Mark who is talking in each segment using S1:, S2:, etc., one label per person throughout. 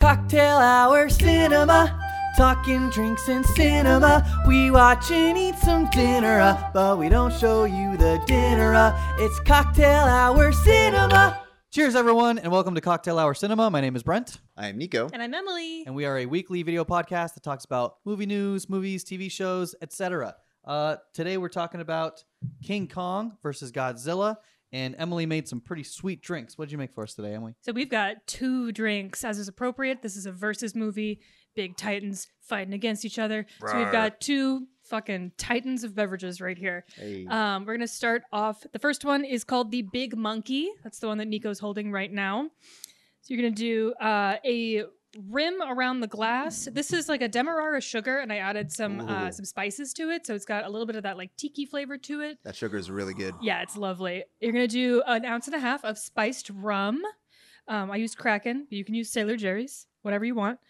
S1: Cocktail hour cinema. Talking drinks and cinema. We watch and eat some dinner, uh, but we don't show you the dinner. Uh, it's cocktail hour cinema. Cheers, everyone, and welcome to Cocktail Hour Cinema. My name is Brent,
S2: I am Nico.
S3: And I'm Emily.
S1: and we are a weekly video podcast that talks about movie news, movies, TV shows, etc. Uh, today, we're talking about King Kong versus Godzilla, and Emily made some pretty sweet drinks. What did you make for us today, Emily?
S3: So we've got two drinks as is appropriate. This is a versus movie, big titans fighting against each other. So we've got two fucking titans of beverages right here.
S2: Hey.
S3: Um, we're gonna start off. The first one is called the Big Monkey. That's the one that Nico's holding right now. So you're gonna do uh, a rim around the glass. This is like a demerara sugar, and I added some uh,
S2: Ooh.
S3: some spices to it, so it's got a little bit of that like tiki flavor to it.
S2: that sugar is really good.
S3: Yeah, it's lovely. You're gonna do an ounce and a half of spiced rum. Um, I used Kraken, but you can use Sailor Jerry's, whatever you want.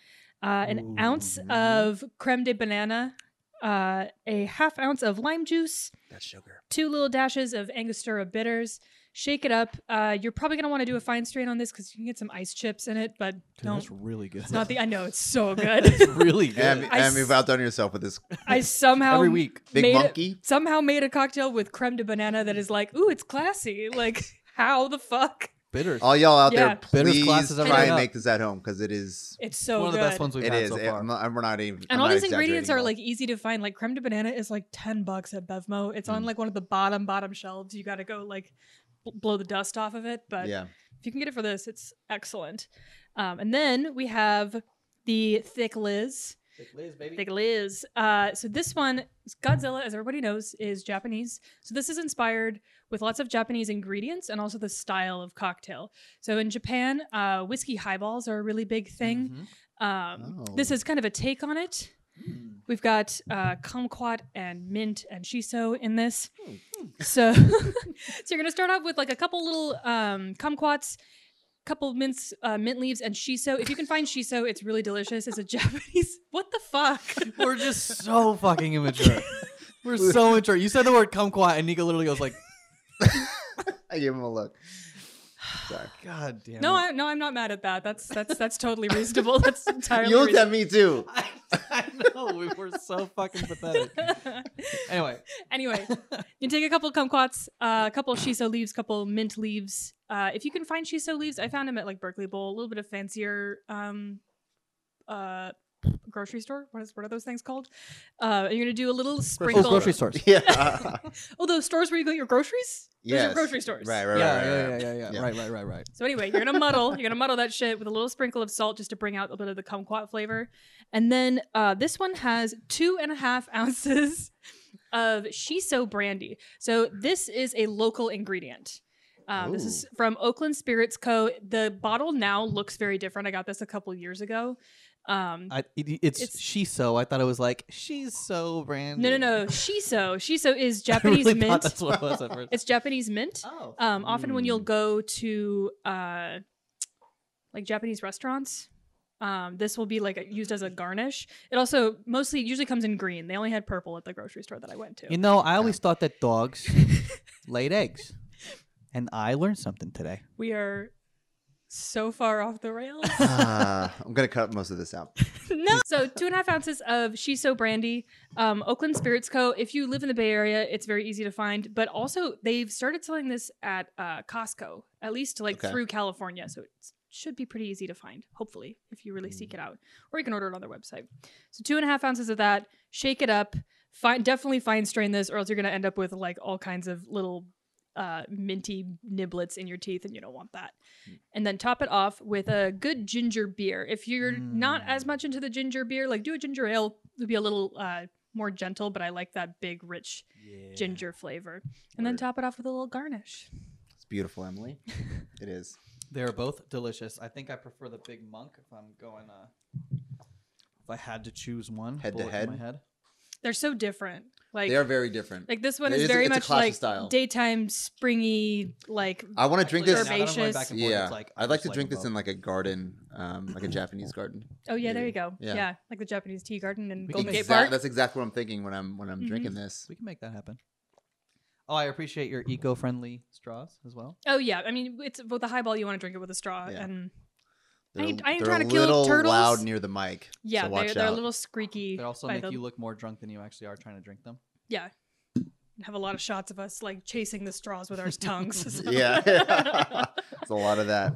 S3: Uh, an
S2: Ooh,
S3: ounce
S2: mhm.
S3: of creme de banana, uh, a half ounce of lime juice,
S2: That sugar.
S3: two little dashes of Angostura bitters. Shake it up. Uh, you're probably gonna want to do a fine strain on this because you can get some ice chips in it, but don't.
S1: really good.
S3: It's not the. I know it's so good.
S1: It's really good.
S2: Em,
S3: I
S2: Em,
S3: um, s-
S2: you've outdone yourself with this
S3: I somehow
S1: Every week.
S2: big
S3: made it-
S2: monkey.
S3: somehow made a cocktail with creme de banana that is like, ooh, it's classy. Like, how the fuck?
S1: Bitters.
S2: All y'all out
S3: Yeah.
S2: there,
S1: Bitters
S2: please
S1: classes ever
S2: try
S1: up.
S2: and make this at home because it is.
S3: It's so
S1: one of
S3: good.
S1: the best ones we've
S2: it
S1: had
S2: is.
S1: so
S2: It-
S1: far.
S2: I'm not- I'm- we're not even. I'm
S3: And all
S2: not
S3: these ingredients
S2: exaggerating at
S3: are
S2: all.
S3: like easy to find. Like creme de banana is like ten bucks at Bevmo. It's on
S2: Mm.
S3: like one of the bottom bottom shelves. You got to go like bl- blow the dust off of it. But
S2: Yeah.
S3: if you can get it for this, it's excellent. Um, and then we have the Thick Liz. Thick Liz. Uh, so this one, Godzilla, as everybody knows, is Japanese. So this is inspired with lots of Japanese ingredients and also the style of cocktail. So in Japan, uh, whiskey highballs are a really big
S4: Mm-hmm.
S3: thing.
S1: Mm-hmm.
S3: Um, This
S2: Oh.
S3: is kind of a take on it. We've got uh, kumquat and mint and shiso in this. So, so you're gonna start off with like a couple little um, kumquats, couple mints, uh, mint leaves, and shiso. If you can find shiso, it's really delicious. It's a Japanese. What the fuck?
S1: We're just so fucking immature. We're so immature. You said the word kumquat, and Nico literally goes like,
S2: I gave him a look. Sorry.
S1: "God damn."
S3: No,
S1: it.
S3: I, no, I'm not mad at that. That's that's that's totally reasonable. That's entirely.
S2: You looked at me too.
S1: I, I know we were so fucking pathetic.
S3: reasonable.
S1: Anyway,
S3: anyway, you take a couple kumquats, uh, a couple shiso leaves, couple mint leaves. Uh, if you can find shiso leaves, I found them at like Berkeley Bowl, a little bit of fancier um, uh, grocery store. What is what are those things called? Uh, you're gonna do a little sprinkle.
S1: oh, grocery stores.
S2: Yeah.
S3: Oh, those stores where you get your groceries. Those are
S2: yes.
S3: grocery stores.
S2: Right.
S1: Yeah,
S2: Right. right,
S1: yeah,
S2: right,
S1: yeah,
S2: right.
S1: yeah, yeah,
S2: Yeah.
S1: Right, right, right, right.
S3: So anyway, you're gonna muddle. You're gonna muddle that shit with a little sprinkle of salt just to bring out a bit of the kumquat flavor. And then uh, this one has two and a half ounces of shiso brandy. So this is a local ingredient. Um, this is
S1: Oh.
S3: from Oakland Spirits Co. The bottle now looks very different. I got this a couple years ago. Um,
S1: I, it, it's,
S3: It's-
S1: she so. I thought it was like she's so brand.
S3: no, no, no. Shiso. Shiso is
S1: I
S3: Japanese
S1: really thought
S3: mint.
S1: That's what it was at first.
S3: It's Japanese mint.
S1: oh.
S3: Um, often when you'll
S2: Mm.
S3: go to uh, like Japanese restaurants, um, this will be like used as a garnish. It also mostly it usually comes in green. They only had purple at the grocery store that I went to.
S1: You know, I always thought that dogs laid eggs, and I learned something today.
S3: we are so far off the rails.
S2: Ah, I'm gonna cut most of this out.
S3: no. So two and a half ounces of shiso brandy, um, Oakland Spirits Co. If you live in the Bay Area, it's very easy to find. But also, they've started selling this at uh, Costco, at least like
S2: Okay.
S3: through California. So it should be pretty easy to find, hopefully, if you really seek it out, or you can order it on their website. So two and a half ounces of that. Shake it up. Fine, definitely fine strain this, or else you're gonna end up with like all kinds of little uh, minty niblets in your teeth, and you don't want that.
S2: Hmm.
S3: And then top it off with a good ginger beer. If you're not
S2: Hmm.
S3: as much into the ginger beer, like do a ginger ale. It'll be a little uh, more gentle, but I like that big, rich ginger flavor. And then
S2: Word.
S3: top it off with a little garnish.
S2: It's beautiful, Emily. It is.
S1: They're both delicious. I think I prefer the Big Monk if I'm going. Uh, if I had to choose one,
S2: Head to
S1: bullet in
S2: head?
S1: my head.
S3: They're so different. Like,
S2: They are very different.
S3: like this one
S2: It
S3: is
S2: is-
S3: very
S2: it's a
S3: much
S2: clash of
S3: like
S2: style.
S3: daytime, springy, like
S2: I want to drink
S1: Actually,
S2: this.
S1: now that I'm going
S3: herbaceous.
S1: back and forth,
S2: Yeah,
S1: it's like, I
S2: I'd like
S1: just
S2: to drink
S1: them
S2: this in
S1: both.
S2: like a garden, um, like a Japanese garden.
S3: oh yeah, there you go.
S2: Yeah.
S3: Yeah, like the Japanese tea garden and
S1: We can
S3: Golden Gate
S2: Exact-
S3: Park.
S2: That's exactly what I'm thinking when I'm when I'm
S3: Mhm.
S2: drinking this.
S1: We can make that happen. Oh, I appreciate your eco-friendly straws as well.
S3: Oh yeah, I mean it's with a highball you want to drink it with a straw
S2: Yeah.
S3: and I ain't-
S2: They're-
S3: I ain't
S2: they're
S3: trying
S2: a
S3: to kill
S2: little
S3: turtles.
S2: loud near the mic.
S3: Yeah,
S2: so watch
S3: they're, they're a
S2: out.
S3: little squeaky.
S4: They also
S3: by
S4: make
S3: the-
S4: you look more drunk than you actually are trying to drink them.
S3: Yeah. Have a lot of shots of us like chasing the straws with our tongues. so-
S2: Yeah, it's a lot of that.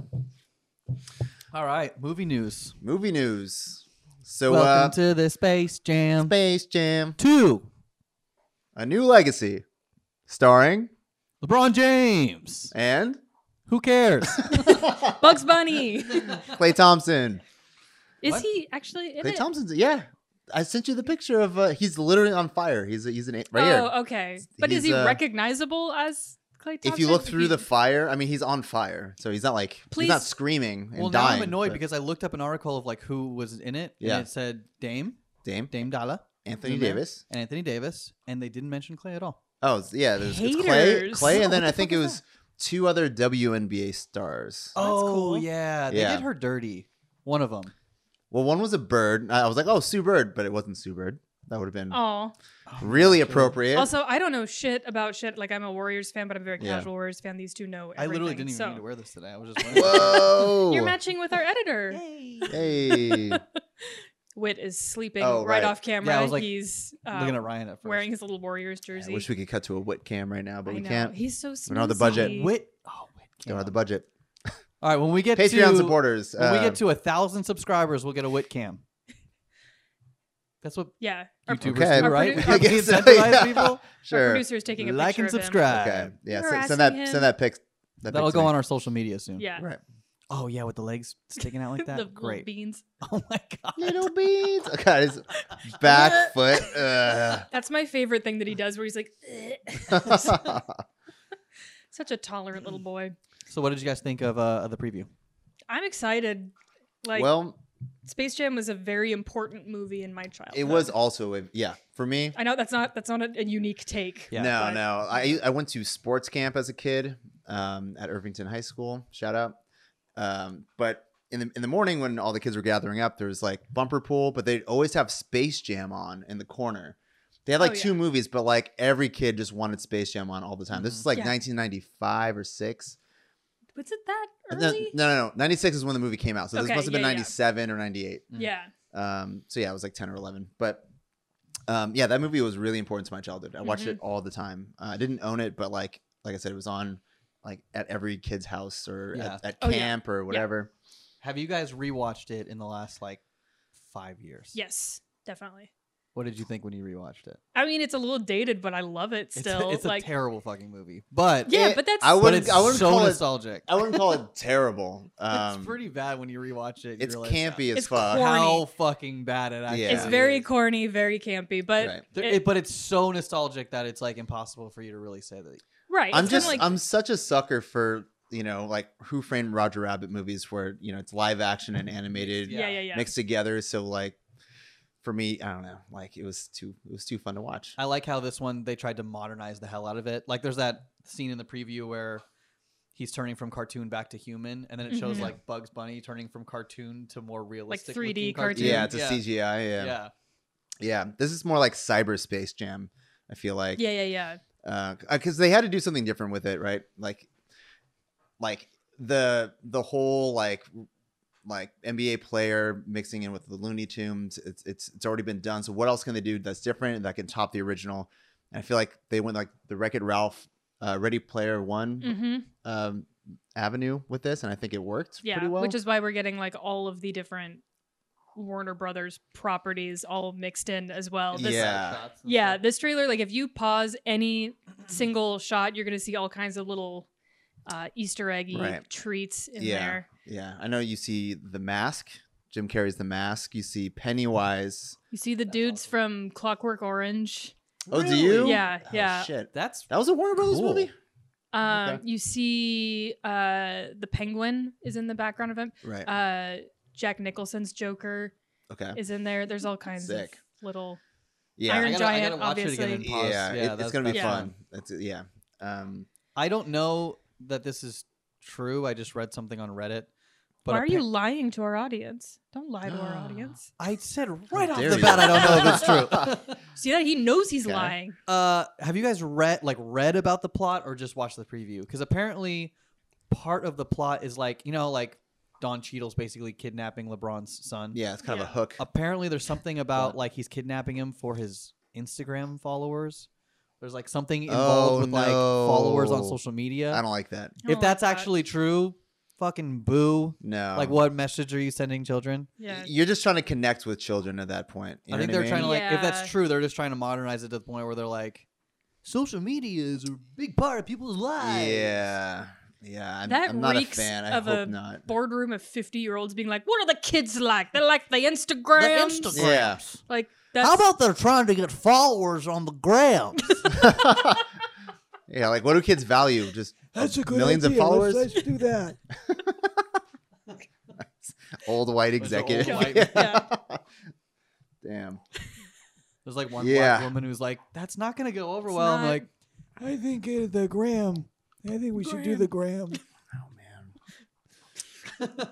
S4: All right, movie news.
S2: Movie news. So,
S4: Welcome
S2: uh,
S4: to the Space Jam
S2: Space Jam:
S4: Two.
S2: A New Legacy, starring
S4: LeBron James.
S2: and
S4: Who cares?
S3: Bugs Bunny.
S2: Clay Thompson.
S3: Is
S4: What?
S3: he actually in
S2: Clay
S3: it?
S2: Thompson's yeah. I sent you the picture of uh, he's literally on fire. He's he's an right here.
S3: Oh, okay. But is
S2: He's,
S3: he
S2: uh,
S3: recognizable as Clay Thompson?
S2: if you look through
S3: He-
S2: the fire, I mean, he's on fire, so he's not like he's not
S3: Please-
S2: screaming and
S4: well, now
S2: dying.
S4: I'm annoyed
S2: but-
S4: because I looked up an article of like who was in it,
S2: Yeah.
S4: and it said Dame,
S2: Dame
S4: Dame Dalla,
S2: Anthony
S4: in there.
S2: Davis.
S4: and Anthony Davis, and they didn't mention Clay at all.
S2: Oh it's- yeah, there's it's Clay,
S3: Haters.
S2: Clay, and then
S4: What
S2: I
S4: the
S2: think
S4: fuck is
S2: it was two other WNBA stars.
S3: Oh, that's cool.
S4: yeah, they
S2: Yeah.
S4: did her dirty. One of them.
S2: Well, one was a bird. I I was like, oh, Sue Bird, but it wasn't Sue Bird. That would have been
S4: Oh,
S3: Aw.
S2: really appropriate.
S3: Also, I don't know shit about shit. Like, I'm a Warriors fan, but I'm a very
S2: Yeah.
S3: casual Warriors fan. These two know
S4: I
S3: everything.
S4: literally didn't even
S3: so.
S4: need to wear this today. I was just wearing
S2: Whoa!
S3: You're matching with our editor.
S2: Hey,
S3: Wit is sleeping
S2: Oh, right.
S3: right. off camera.
S4: Yeah, I was, like,
S3: He's
S4: looking
S3: uh,
S4: at Ryan at first.
S3: wearing his little Warriors
S2: I
S3: jersey.
S2: wish we could cut to a wit cam right now, but
S3: I
S2: we
S3: know.
S2: can't.
S3: He's so snoozy.
S2: We don't have the budget.
S4: Wit. Oh, wit.
S2: Don't have the
S4: cam.
S2: budget.
S4: All right, when we get
S2: Patreon
S4: to,
S2: supporters.
S4: when we
S2: uh,
S4: get to a thousand subscribers, we'll get a wit cam. That's what
S3: Yeah. Our,
S4: YouTubers
S2: Okay.
S4: do, right?
S3: Our
S4: We have
S3: produ-
S4: to
S2: I guess so,
S4: incentivize
S2: yeah.
S4: people.
S3: our
S2: sure.
S3: producer is taking a
S4: Like
S3: picture
S4: and
S3: of him.
S4: subscribe.
S2: Okay. Yeah.
S3: We were
S2: Send, send that.
S3: asking him-
S2: Send that pic. That
S4: That'll
S2: pic to
S4: go
S2: me.
S4: on our social media soon.
S3: Yeah.
S2: Right.
S4: Oh yeah, with the legs sticking out like
S3: the
S4: that.
S3: little
S4: Great.
S3: beans.
S4: Oh my god.
S2: Little beans. Okay. His back foot. uh. Ugh.
S3: That's my favorite thing that he does, where he's like, such a tolerant little boy.
S4: So what did you guys think of, uh, of the preview?
S3: I'm excited. Like,
S2: well,
S3: Space Jam was a very important movie in my childhood.
S2: it was also a yeah for me.
S3: I know that's not that's not a, a unique take.
S4: Yeah.
S2: no,
S3: but-
S2: no. I I went to sports camp as a kid um, at Irvington High School. Shout out. Um, but in the in the morning when all the kids were gathering up, there was like bumper pool, but they'd always have Space Jam on in the corner. They had like
S3: Oh, yeah.
S2: two movies, but like every kid just wanted Space Jam on all the time. This is like
S3: Mm-hmm. Yeah.
S2: 1995 or six.
S3: Was it that
S2: Uh, No, no,
S3: early?
S2: no, no. 96 is when the movie came out. So
S3: Okay,
S2: this must have been
S3: yeah, yeah.
S2: 97 or 98.
S4: no.
S3: Yeah.
S2: Um, so yeah, I was like 10 or 11. But um, yeah, that movie was really important to my childhood. I watched it
S3: Mm-hmm.
S2: all the time. Uh, I didn't own it, but like like I said, it was on like at every kid's house or
S4: Yeah.
S2: at, at
S3: Oh, yeah.
S2: camp or whatever.
S4: Have you guys rewatched it in the last like five years?
S3: Yes, definitely.
S4: What did you think when you rewatched it?
S3: I mean, it's a little dated, but I love it
S4: It's-
S3: still.
S4: it's, a
S3: like,
S4: terrible fucking movie, but
S3: yeah,
S2: It-
S3: but that's
S2: I
S4: but
S2: wouldn't-
S4: it's
S2: I wouldn't
S4: so
S2: call it-
S4: nostalgic.
S2: I wouldn't call it terrible. Um,
S4: it's pretty bad when you rewatch it. you
S2: It's
S4: realize
S2: campy as
S3: It's
S2: fuck.
S3: corny.
S4: How fucking bad it actually
S2: Yeah.
S3: it's
S4: is.
S3: very corny, very campy, but
S2: Right.
S4: There-
S3: it-
S4: it- but it's so nostalgic that it's like impossible for you to really say that.
S3: right.
S2: I'm
S3: it's kinda
S2: just
S3: like
S2: I'm such a sucker for you know like Who Framed Roger Rabbit movies where you know it's live action and animated
S3: yeah, yeah, yeah.
S2: mixed together. So like for me, I don't know. Like it was too it was too fun to watch.
S4: I like how this one they tried to modernize the hell out of it. Like there's that scene in the preview where he's turning from cartoon back to human, and then it shows
S3: Mhm.
S4: like Bugs Bunny turning from cartoon to more realistic
S3: 3D
S4: looking
S3: cartoon.
S2: yeah, it's a
S4: yeah.
S2: CGI. Yeah.
S4: Yeah.
S2: yeah, This is more like cyberspace jam. I feel like
S3: yeah, yeah, yeah.
S2: because they had to do something different with it, right? Like, like the the whole like like NBA player mixing in with the Looney Tunes. It's it's it's already been done. So what else can they do that's different and that can top the original? And I feel like they went like the Wreck It Ralph, uh, Ready Player One
S3: Mm-hmm.
S2: um, avenue with this, and I think it worked
S3: Yeah,
S2: pretty well.
S3: which is why we're getting like all of the different Warner Brothers properties all mixed in as well. This,
S2: Yeah.
S4: Shots and
S3: yeah,
S4: stuff.
S3: this trailer, like if you pause any single shot, you're gonna see all kinds of little uh, Easter eggy
S2: Right.
S3: treats in
S2: Yeah.
S3: there.
S2: yeah, I know you see the mask. Jim Carrey's the mask. You see Pennywise.
S3: You see the
S4: That's
S3: dudes
S4: awesome.
S3: from Clockwork Orange.
S2: Oh, do
S4: Really?
S2: you?
S3: Yeah,
S2: Oh,
S3: yeah.
S2: Shit,
S4: That's
S2: that was a Warner Brothers
S4: Cool.
S2: movie,
S3: Um,
S2: Okay.
S3: You see uh, the Penguin is in the background of him.
S2: right?
S3: Uh, Jack Nicholson's Joker
S2: okay,
S3: is in there. there's all kinds
S2: Sick.
S3: of little.
S2: yeah,
S3: Iron
S4: I gotta, I
S3: Giant,
S4: gotta watch it again.
S3: obviously.
S4: and pause.
S2: yeah, it-
S4: that's-
S2: it's gonna be
S4: that's
S3: yeah.
S2: fun. That's it, yeah. Um,
S4: I don't know that this is true. I just read something on Reddit. But
S3: Why are you
S4: appar-
S3: lying to our audience? Don't lie to our audience.
S4: I said right off
S2: dare
S4: the
S2: you.
S4: bat. I don't know if it's true.
S3: See that he knows he's
S2: Okay.
S3: lying.
S4: Uh, have you guys read like read about the plot or just watched the preview? Because apparently, part of the plot is like you know like Don Cheadle's basically kidnapping LeBron's son.
S2: Yeah, it's kind of
S3: Yeah.
S2: a hook.
S4: Apparently, there's something about like he's kidnapping him for his Instagram followers. There's like something involved
S2: Oh,
S4: with like followers on
S2: no.
S4: social media.
S2: I don't like that.
S3: I don't
S4: if
S3: like
S4: that's
S3: that.
S4: actually true, fucking boo.
S2: No.
S4: Like, what message are you sending children?
S3: Yeah.
S2: You're just trying to connect with children at that point. You
S4: I
S2: know
S4: think
S2: what
S4: they're trying to
S2: mean?
S4: like. If
S3: Yeah.
S4: that's true, they're just trying to modernize it to the point where they're like, social media is a big part of people's lives.
S2: Yeah. Yeah. I'm,
S3: That
S2: I'm not a
S3: reeks
S2: fan. I
S3: of
S2: hope
S3: a
S2: not.
S3: Boardroom of 50 year olds being like, what are the kids like? They like the
S4: The
S3: Instagram.
S4: Instagrams.
S3: Like, that's.
S4: How about they're trying to get followers on the gram?
S2: yeah. Like, what do kids value? Just millions of followers?
S4: do that.
S2: Old white
S4: Bunch of old
S2: executive.
S4: white-
S2: Damn.
S4: There's like one
S2: Yeah.
S4: black woman who's like, "That's not gonna go over
S3: It's
S4: well." I'm
S3: not-
S4: like,
S5: I think uh, the gram. I think we should do the gram.
S2: Oh, man. Uh,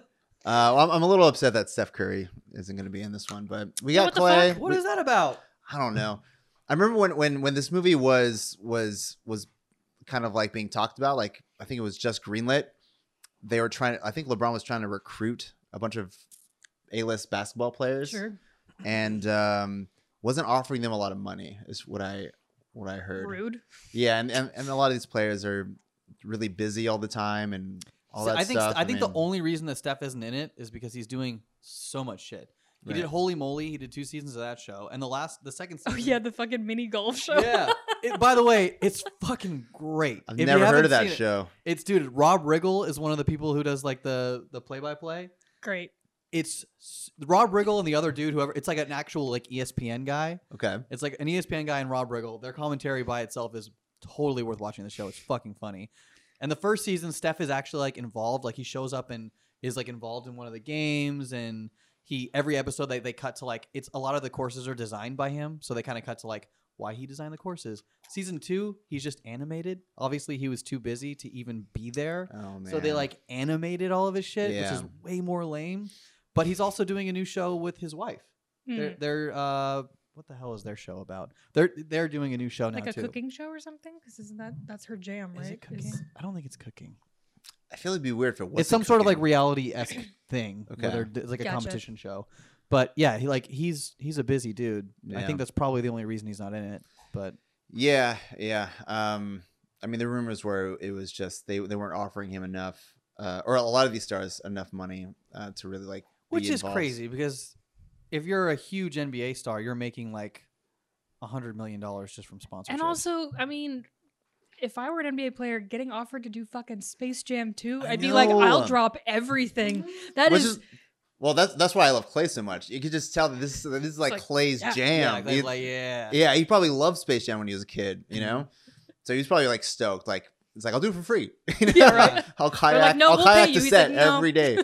S2: well, I'm, I'm a little upset that Steph Curry isn't going to be in this one, but we
S3: Yeah,
S2: got
S3: what the
S2: Clay.
S3: fuck?
S4: "What
S2: We-
S4: is that about?"
S2: I don't know. I remember when when when this movie was was was kind of like being talked about. Like I think it was just greenlit. They were trying. I think LeBron was trying to recruit a bunch of A-list basketball players,
S3: Sure.
S2: and um, wasn't offering them a lot of money. Is what I what I heard.
S3: Rude.
S2: Yeah, and, and and a lot of these players are really busy all the time and all
S4: So
S2: that
S4: I think
S2: stuff.
S4: I think the
S2: mean,
S4: only reason that Steph isn't in it is because he's doing so much shit. He did
S2: Right.
S4: Holy Moly. He did two seasons of that show, and the last, the second
S3: Oh,
S4: season.
S3: yeah, the fucking mini golf show.
S4: yeah. It, by the way, it's fucking great.
S2: I've
S4: If you
S2: never heard
S4: haven't
S2: of that
S4: seen it-
S2: show.
S4: It's dude. Rob Riggle is one of the people who does like the the play by play.
S3: Great.
S4: It's s- Rob Riggle and the other dude, whoever. It's like an actual like E ESPN guy.
S2: Okay,
S4: It's like an E ESPN guy and Rob Riggle. Their commentary by itself is totally worth watching the show. It's fucking funny. And the first season, Steph is actually like involved. Like he shows up and is like involved in one of the games and he every episode they, they cut to like it's a lot of the courses are designed by him. So they kind of cut to like why he designed the courses. Season two, he's just animated. Obviously he was too busy to even be there.
S2: oh man.
S4: So they like animated all of his shit, which is
S2: Yeah.
S4: way more lame. But he's also doing a new show with his wife. They're,
S3: Mm.
S4: they're uh, what the hell is their show about? They're they're doing a new show now
S3: Like a
S4: too.
S3: cooking show or something? Because isn't that that's her jam, right?
S4: Is it cooking?
S3: Is-
S4: I don't think it's cooking.
S2: I feel it'd be weird if it was
S4: it's some sort of like reality esque thing.
S2: Okay.
S4: Where they're, d- it's like
S3: Gotcha.
S4: a competition show. But yeah, he like he's he's a busy dude. I
S2: Yeah.
S4: think that's probably the only reason he's not in it. But
S2: Yeah, yeah. Um, I mean, the rumors were it was just they they weren't offering him enough, uh, or a lot of these stars enough money uh, to really like. be
S4: which is
S2: involved.
S4: crazy because if you're a huge NBA star, you're making like a hundred million dollars just from sponsorship.
S3: And also, I mean, if I were an NBA player getting offered to do fucking Space Jam 2,
S2: I
S3: I'd be like,
S2: know. Mm-hmm.
S3: I'll drop everything. That
S2: Which
S3: is,
S2: is- well, that's that's why I love Clay so much. You could just tell that this is this is like,
S3: like,
S2: Clay's
S3: yeah.
S2: jam.
S4: yeah, like,
S2: He-
S4: like, yeah.
S2: yeah, he probably loved Space Jam when he was a kid, you
S3: Mm-hmm.
S2: know. so he was probably like stoked, like. It's like I'll do it for free. You know?
S3: Yeah, right.
S2: I'll kayak.
S3: like, "No,
S2: I'll
S3: we'll pay
S2: kayak
S3: you."
S2: the
S3: He's
S2: set
S3: like, "No."
S2: every day.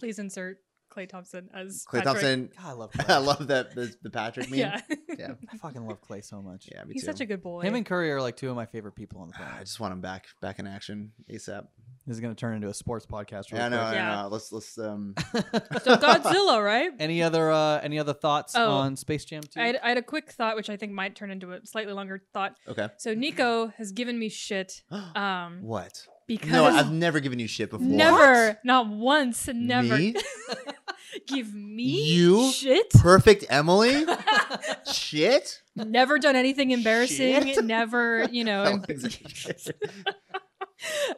S3: please insert Clay Thompson as
S2: Clay
S3: Patrick.
S2: Thompson.
S4: God, I love.
S2: I love that the, the Patrick meme.
S3: Yeah.
S4: I fucking love Clay so much.
S2: yeah Ah, me
S3: He's
S2: too.
S3: such a good boy.
S4: Him and Curry are like two of my favorite people on the
S2: I
S4: planet.
S2: just want him back, back in action ASAP.
S4: This is gonna turn into a sports podcast. Really
S2: Yeah, I know.
S4: quick.
S2: I
S3: Yeah.
S2: know. Let's let's um.
S3: So Godzilla, right?
S4: any other uh, any other thoughts
S3: Oh.
S4: on Space Jam 2?
S3: I had, I had a quick thought, which I think might turn into a slightly longer thought.
S2: Okay.
S3: So Nico has given me shit um,
S2: what?
S3: because
S2: No, I've never given you shit before.
S3: never, not once, never
S2: Me?
S3: give me
S2: You?
S3: shit.
S2: Perfect Emily. shit.
S3: never done anything embarrassing.
S2: Shit.
S3: Never, you know.
S2: I
S3: em-
S2: like that.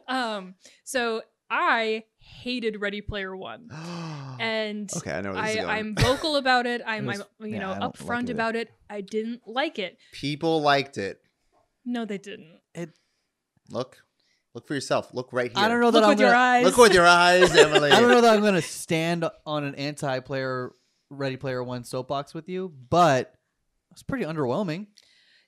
S3: um. So I hated Ready Player One, and
S2: Oh, okay, I know where this
S3: I,
S2: is going.
S3: I'm vocal about it. I'm,
S4: was-
S3: I'm you
S4: yeah,
S3: know
S4: I don't like it.
S3: upfront about it. I didn't like it.
S2: People liked it.
S3: No, they didn't.
S2: Look, look for yourself. Look right here.
S4: I don't know that
S3: Look
S4: I'm
S3: with your
S4: gonna,
S3: eyes.
S2: Look with your eyes, Emily.
S4: I don't know that I'm gonna stand on an anti-player Ready Player One soapbox with you, but it's pretty underwhelming.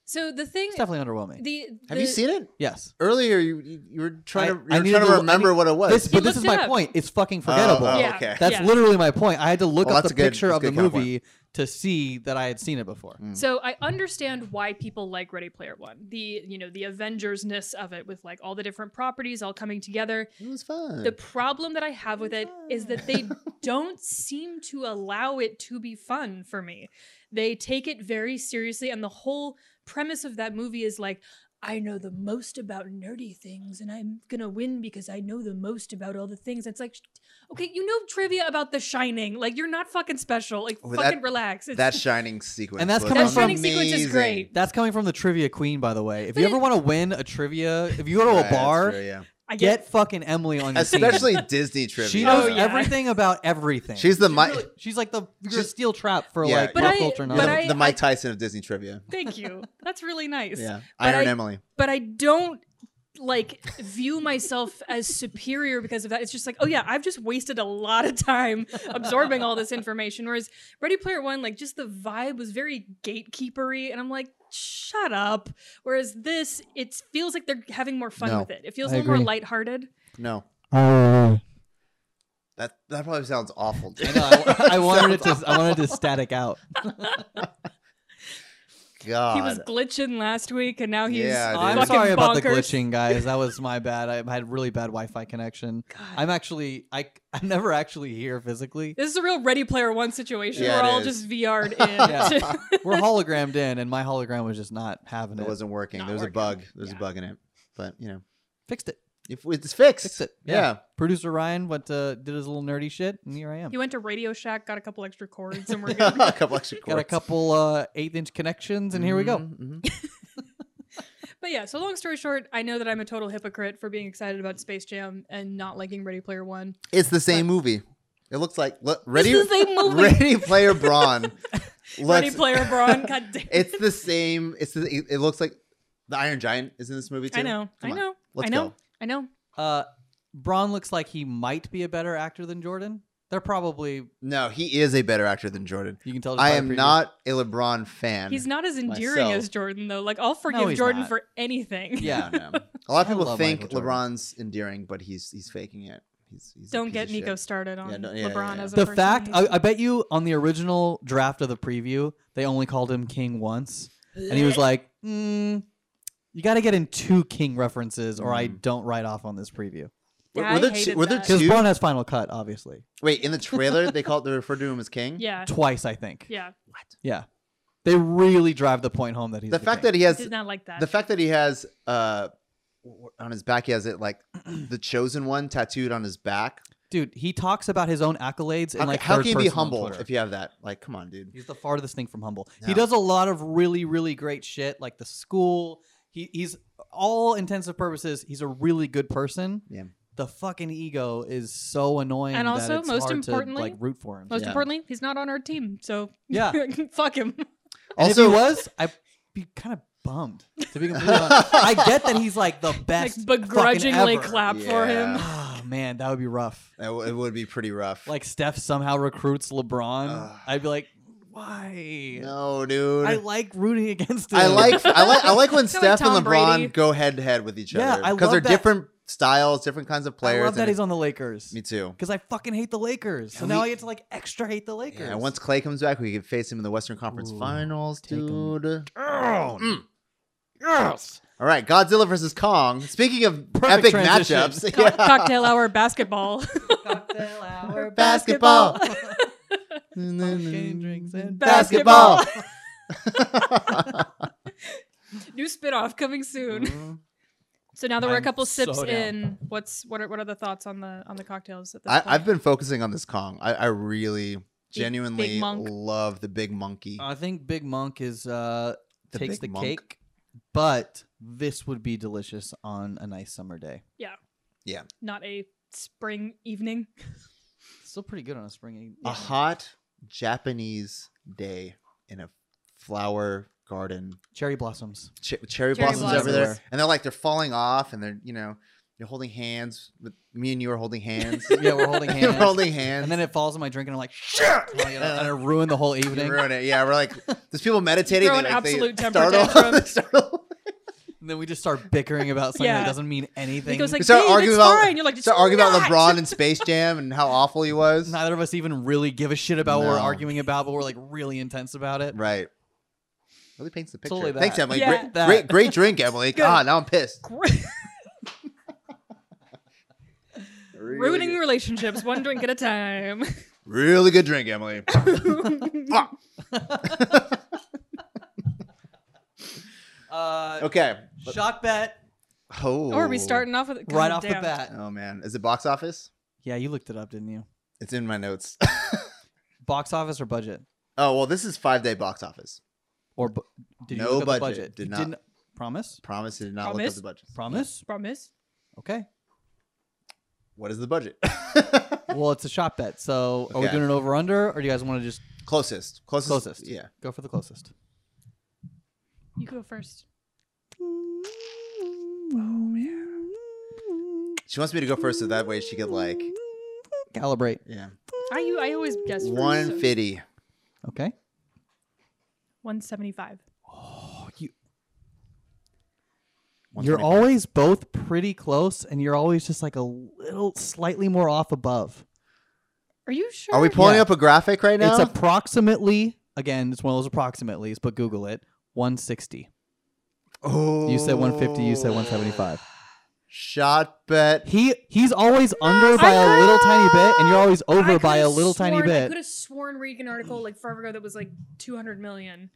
S3: so the thing,
S4: It's definitely underwhelming.
S3: the,
S2: Have you
S3: the-
S2: seen it?
S4: yes,
S2: Earlier, you you, you were trying
S4: I- I
S2: to you were
S4: needed
S2: trying
S4: to-
S2: to
S4: I
S2: remember
S4: need-
S2: what it was.
S4: this,
S3: He
S4: but this is
S3: looked it
S4: my
S3: up.
S4: point. It's fucking
S2: Oh,
S4: forgettable.
S2: oh,
S3: Yeah.
S2: okay.
S4: That's
S3: Yeah.
S4: literally my point. I had to look
S2: Well,
S4: up
S2: that's
S4: the
S2: a good-
S4: picture
S2: that's a
S4: of the
S2: good counterpoint. Mm.
S4: movie to see that I had seen it before.
S3: So I understand why people like Ready Player One. The you know the Avengers ness of it with like all the different properties all coming together.
S2: It was fun.
S3: The problem that I have with it is that they don't seem to allow it to be fun for me. They take it very seriously, and the whole premise of that movie is like, I know the most about nerdy things and I'm gonna win because I know the most about all the things. It's like, sh- okay, you know trivia about The Shining. Like, you're not fucking special. Like,
S2: Oh, that-
S3: fucking relax. It's,
S2: That shining sequence.
S4: And that's
S2: was
S4: coming
S3: that Shining
S2: amazing.
S3: sequence is great.
S4: That's coming from the trivia queen, by the way. If you
S3: But
S4: ever
S3: it-
S4: want to win a trivia, if you go
S2: Right,
S4: to a
S2: that's
S4: bar,
S2: true, yeah.
S3: I
S4: get fucking Emily on your team.
S2: Especially Disney trivia.
S4: She knows
S3: Oh, yeah.
S4: everything about everything.
S2: She's the Mi-
S4: Really- she's like the you're a
S2: She's-
S4: steel trap for
S2: Yeah.
S4: like
S2: But
S4: pop
S3: I-
S4: culture
S2: you're
S3: but
S4: knowledge.
S2: the,
S3: I-
S2: the Mike
S3: I-
S2: Tyson of Disney trivia.
S3: Thank you. That's really nice.
S2: Yeah,
S3: But
S2: Iron
S3: I-
S2: Emily.
S3: But I don't like view myself as superior because of that. It's just like, oh yeah, I've just wasted a lot of time absorbing all this information. Whereas Ready Player One, like just the vibe was very gatekeepery, and I'm like, shut up. Whereas this, it feels like they're having more fun
S2: No.
S3: with it. It feels a
S4: I
S3: little more
S4: agree.
S3: lighthearted.
S2: No,
S5: Oh,
S2: that that probably sounds awful.
S4: I know. I, I wanted it to. I wanted to static out.
S2: God,
S3: He was glitching last week, and now he's
S2: Yeah, dude.
S4: I'm
S3: fucking
S4: sorry about the
S3: bonkers.
S4: glitching, guys. That was my bad. I had really bad Wi-Fi connection.
S3: God.
S4: I'm actually. I. I'm never actually here physically.
S3: This is a real Ready Player One situation.
S2: Yeah,
S3: We're
S2: it
S3: all
S2: is.
S3: just VR'd in.
S4: Yeah. We're hologrammed in, and my hologram was just not having
S2: it
S4: it.
S2: wasn't working.
S3: Not
S2: There was
S3: working.
S2: a bug. There's
S3: Yeah.
S2: a bug in it. But you know,
S4: Fixed it.
S2: if it's fixed,
S4: Fixed it.
S2: Yeah.
S4: Producer Ryan went to did his little nerdy shit, and here I am.
S3: He went to Radio Shack, got a couple extra chords, and we're good.
S2: a couple extra
S4: Got a
S2: chords.
S4: couple uh, eighth-inch connections, and here we go.
S2: Mhm, mhm.
S3: But yeah, so long story short, I know that I'm a total hypocrite for being excited about Space Jam and not liking Ready Player One.
S2: It's the same movie. It looks like look, ready.
S3: It's the same movie.
S2: Ready Player Brawn.
S3: Ready
S2: looks-
S3: Player Brawn, god damn it.
S2: It's the same. It's the, it, it looks like the Iron Giant is in this movie too.
S3: I know, I
S2: Come on.
S3: know,
S2: Let's
S3: I know,
S2: go.
S3: I know.
S2: Mm-hmm.
S4: Uh, Braun looks like he might be a better actor than Jordan. They're probably
S2: No, he is a better actor than Jordan.
S4: you can tell. just
S2: I
S4: by
S2: am
S4: preview.
S2: not a LeBron fan.
S3: He's not as endearing
S2: myself.
S3: as Jordan though. Like I'll forgive
S4: he's
S3: Jordan
S4: not.
S3: for anything.
S4: Yeah.
S2: No, no. A lot of
S4: I
S2: people
S4: love
S2: think
S4: Michael Jordan.
S2: LeBron's endearing, but he's he's faking it. He's, he's a
S3: Don't
S2: piece
S3: get
S2: of shit.
S3: Nico started on
S2: Yeah, no- yeah,
S3: LeBron
S2: yeah, yeah.
S3: as a
S4: The
S3: person.
S4: fact
S3: He's-
S4: I, I bet you on the original draft of the preview, they only called him King once, and he was like, mm, "You got to get in two King references, or I don't write off on this preview."
S2: Were-
S3: Yeah,
S2: were
S3: I
S2: there
S3: hated
S2: two, were there
S3: that.
S4: Because
S2: Mm. Uh, two?
S4: Braun has Final Cut, obviously,
S2: Wait, in the trailer they called they referred to him as King.
S3: yeah,
S4: twice I think.
S3: yeah.
S4: Yeah. they really drive the point home that he's
S2: The fact
S4: king.
S2: that he has
S3: Did not like that.
S2: the fact that he has uh w- on his back he has it like the chosen one tattooed on his back.
S4: dude, he talks about his own accolades and
S2: How,
S4: like
S2: how
S4: third
S2: can you be
S4: person on
S2: humble
S4: Twitter.
S2: if you have that? Like, come on, dude.
S4: He's the farthest thing from humble. He
S2: No.
S4: does a lot of really, really great shit, like the school. He, he's all intents and purposes. He's a really good person.
S2: Yeah.
S4: The fucking ego is so annoying.
S3: And
S4: that
S3: also,
S4: it's
S3: most
S4: hard
S3: importantly-
S4: to, like root for him.
S3: Most
S2: Yeah.
S3: importantly, he's not on our team, so
S4: Yeah.
S3: fuck him.
S4: And
S2: Also,
S4: if he was, I'd be kind of bummed. To be completely honest, I get that he's like the best,
S3: Like
S4: fucking
S3: begrudgingly
S4: ever.
S3: clap for him.
S2: Yeah.
S4: Oh man, that would be rough.
S2: it, w- it would be pretty rough.
S4: Like Steph somehow recruits LeBron.
S2: Ugh.
S4: I'd be like, why?
S2: no, dude.
S4: I like rooting against him.
S2: I like I like I like when
S3: Kinda like
S2: Steph and
S3: Tom
S2: LeBron
S3: Brady.
S2: go head to head with each
S4: Yeah,
S2: other
S4: I
S2: because they're
S4: love that.
S2: different styles, different kinds of players.
S4: I love that
S2: and
S4: he's on the Lakers.
S2: me too.
S4: because I fucking hate the Lakers. So
S2: And
S4: now
S2: we-
S4: I get to like extra hate the Lakers.
S2: Yeah, once Clay comes back, we can face him in the Western Conference
S4: Ooh,
S2: Finals,
S4: take 'em.
S2: dude. Mm. All right, Godzilla versus Kong. Speaking of
S4: Perfect
S2: epic
S4: transition.
S2: matchups,
S3: Co-
S2: yeah.
S3: Cocktail hour basketball.
S4: cocktail hour,
S2: basketball.
S4: pumpkin drinks, and
S2: basketball.
S3: New spinoff coming soon.
S2: Mhm.
S3: So now that we're a
S4: I'm
S3: couple sips
S4: so down.
S3: in, what's what are what are the thoughts on the on the cocktails? At this
S2: I,
S3: point?
S2: I've been focusing on this Kong. I, I really genuinely
S3: monk.
S2: love the big monkey.
S4: I think Big Monk is uh
S2: The
S4: takes
S2: Big
S4: the
S2: Monk?
S4: cake, but this would be delicious on a nice summer day.
S3: not a spring evening.
S4: Still pretty good on a spring. eve-
S2: a hot Japanese day in a flower garden.
S4: Cherry blossoms.
S2: Ch- cherry,
S3: Cherry
S2: blossoms, over there,
S4: blossoms.
S2: and they're like they're falling off, and they're you know you're holding hands. With, me and you are holding hands.
S4: Yeah, we're holding
S2: You're
S4: hands.
S2: holding hands.
S4: and then it falls on my drink, and I'm like, shit! And I, and I ruin the whole
S2: You
S4: evening.
S2: ruin it. Yeah, we're like there's people meditating.
S3: Throw
S2: they,
S3: an
S2: like, they
S3: absolute temper
S2: startle,
S3: tantrum.
S2: they startle.
S4: And then we just start bickering about something
S3: Yeah.
S4: that doesn't mean anything.
S3: He goes
S2: We
S3: like,
S2: start
S3: "Babe,
S2: arguing
S3: it's
S2: about
S3: fine." You're like,
S2: start
S3: "It's
S2: arguing about
S3: not."
S2: LeBron and Space Jam and how awful he was.
S4: Neither of us even really give a shit about what we're
S2: No.
S4: arguing about, but we're like really intense about it.
S2: right. Really paints the picture.
S4: Totally
S2: Thanks,
S4: that.
S2: Emily.
S3: Yeah.
S2: Great,
S4: That.
S2: great, great drink, Emily.
S3: Good.
S2: God, now I'm pissed.
S3: Ruining relationships one drink at a time.
S2: Really good drink, Emily. Fuck.
S4: Uh,
S2: okay,
S4: Shot Uh, bet
S2: Oh.
S3: Or are we starting off with
S4: right
S3: God
S4: off
S3: damn.
S4: the bat.
S2: Oh man, is it box office?
S4: Yeah, you looked it up, didn't you?
S2: It's in my notes.
S4: Box office or budget?
S2: oh well, this is five day box office.
S4: Or bu- did you
S2: No
S4: look up the
S2: budget.
S4: budget?
S2: Did
S4: You
S2: not.
S4: promise.
S2: Promise it did not look
S3: Promise?
S2: up the budget.
S4: Promise.
S3: Promise.
S4: Okay.
S2: What is the budget?
S4: well, it's a shot bet. So are we
S2: Okay.
S4: doing an over under, or do you guys want to just
S2: closest, closest,
S4: Closest.
S2: Yeah.
S4: go for the closest?
S3: You go first.
S2: She wants me to go first, so that way she could like,
S4: Calibrate.
S2: yeah,
S3: I u- I always guess first.
S2: one fifty.
S4: Okay.
S3: One seventy five.
S4: You're always both pretty close, and you're always just like a little slightly more off above.
S3: Are you sure?
S2: Are we pulling
S4: Yeah.
S2: up a graphic right now?
S4: It's approximately again. It's one of those approximatelies, but Google it. 160.
S2: oh,
S4: You said 150. You said 175.
S2: Shot bet.
S4: He he's always under by a little tiny bit, and you're always over
S3: I
S4: by a
S3: could've
S4: little tiny
S3: sworn- I could
S4: bit.
S3: have sworn reading an article like forever ago that was like two hundred million,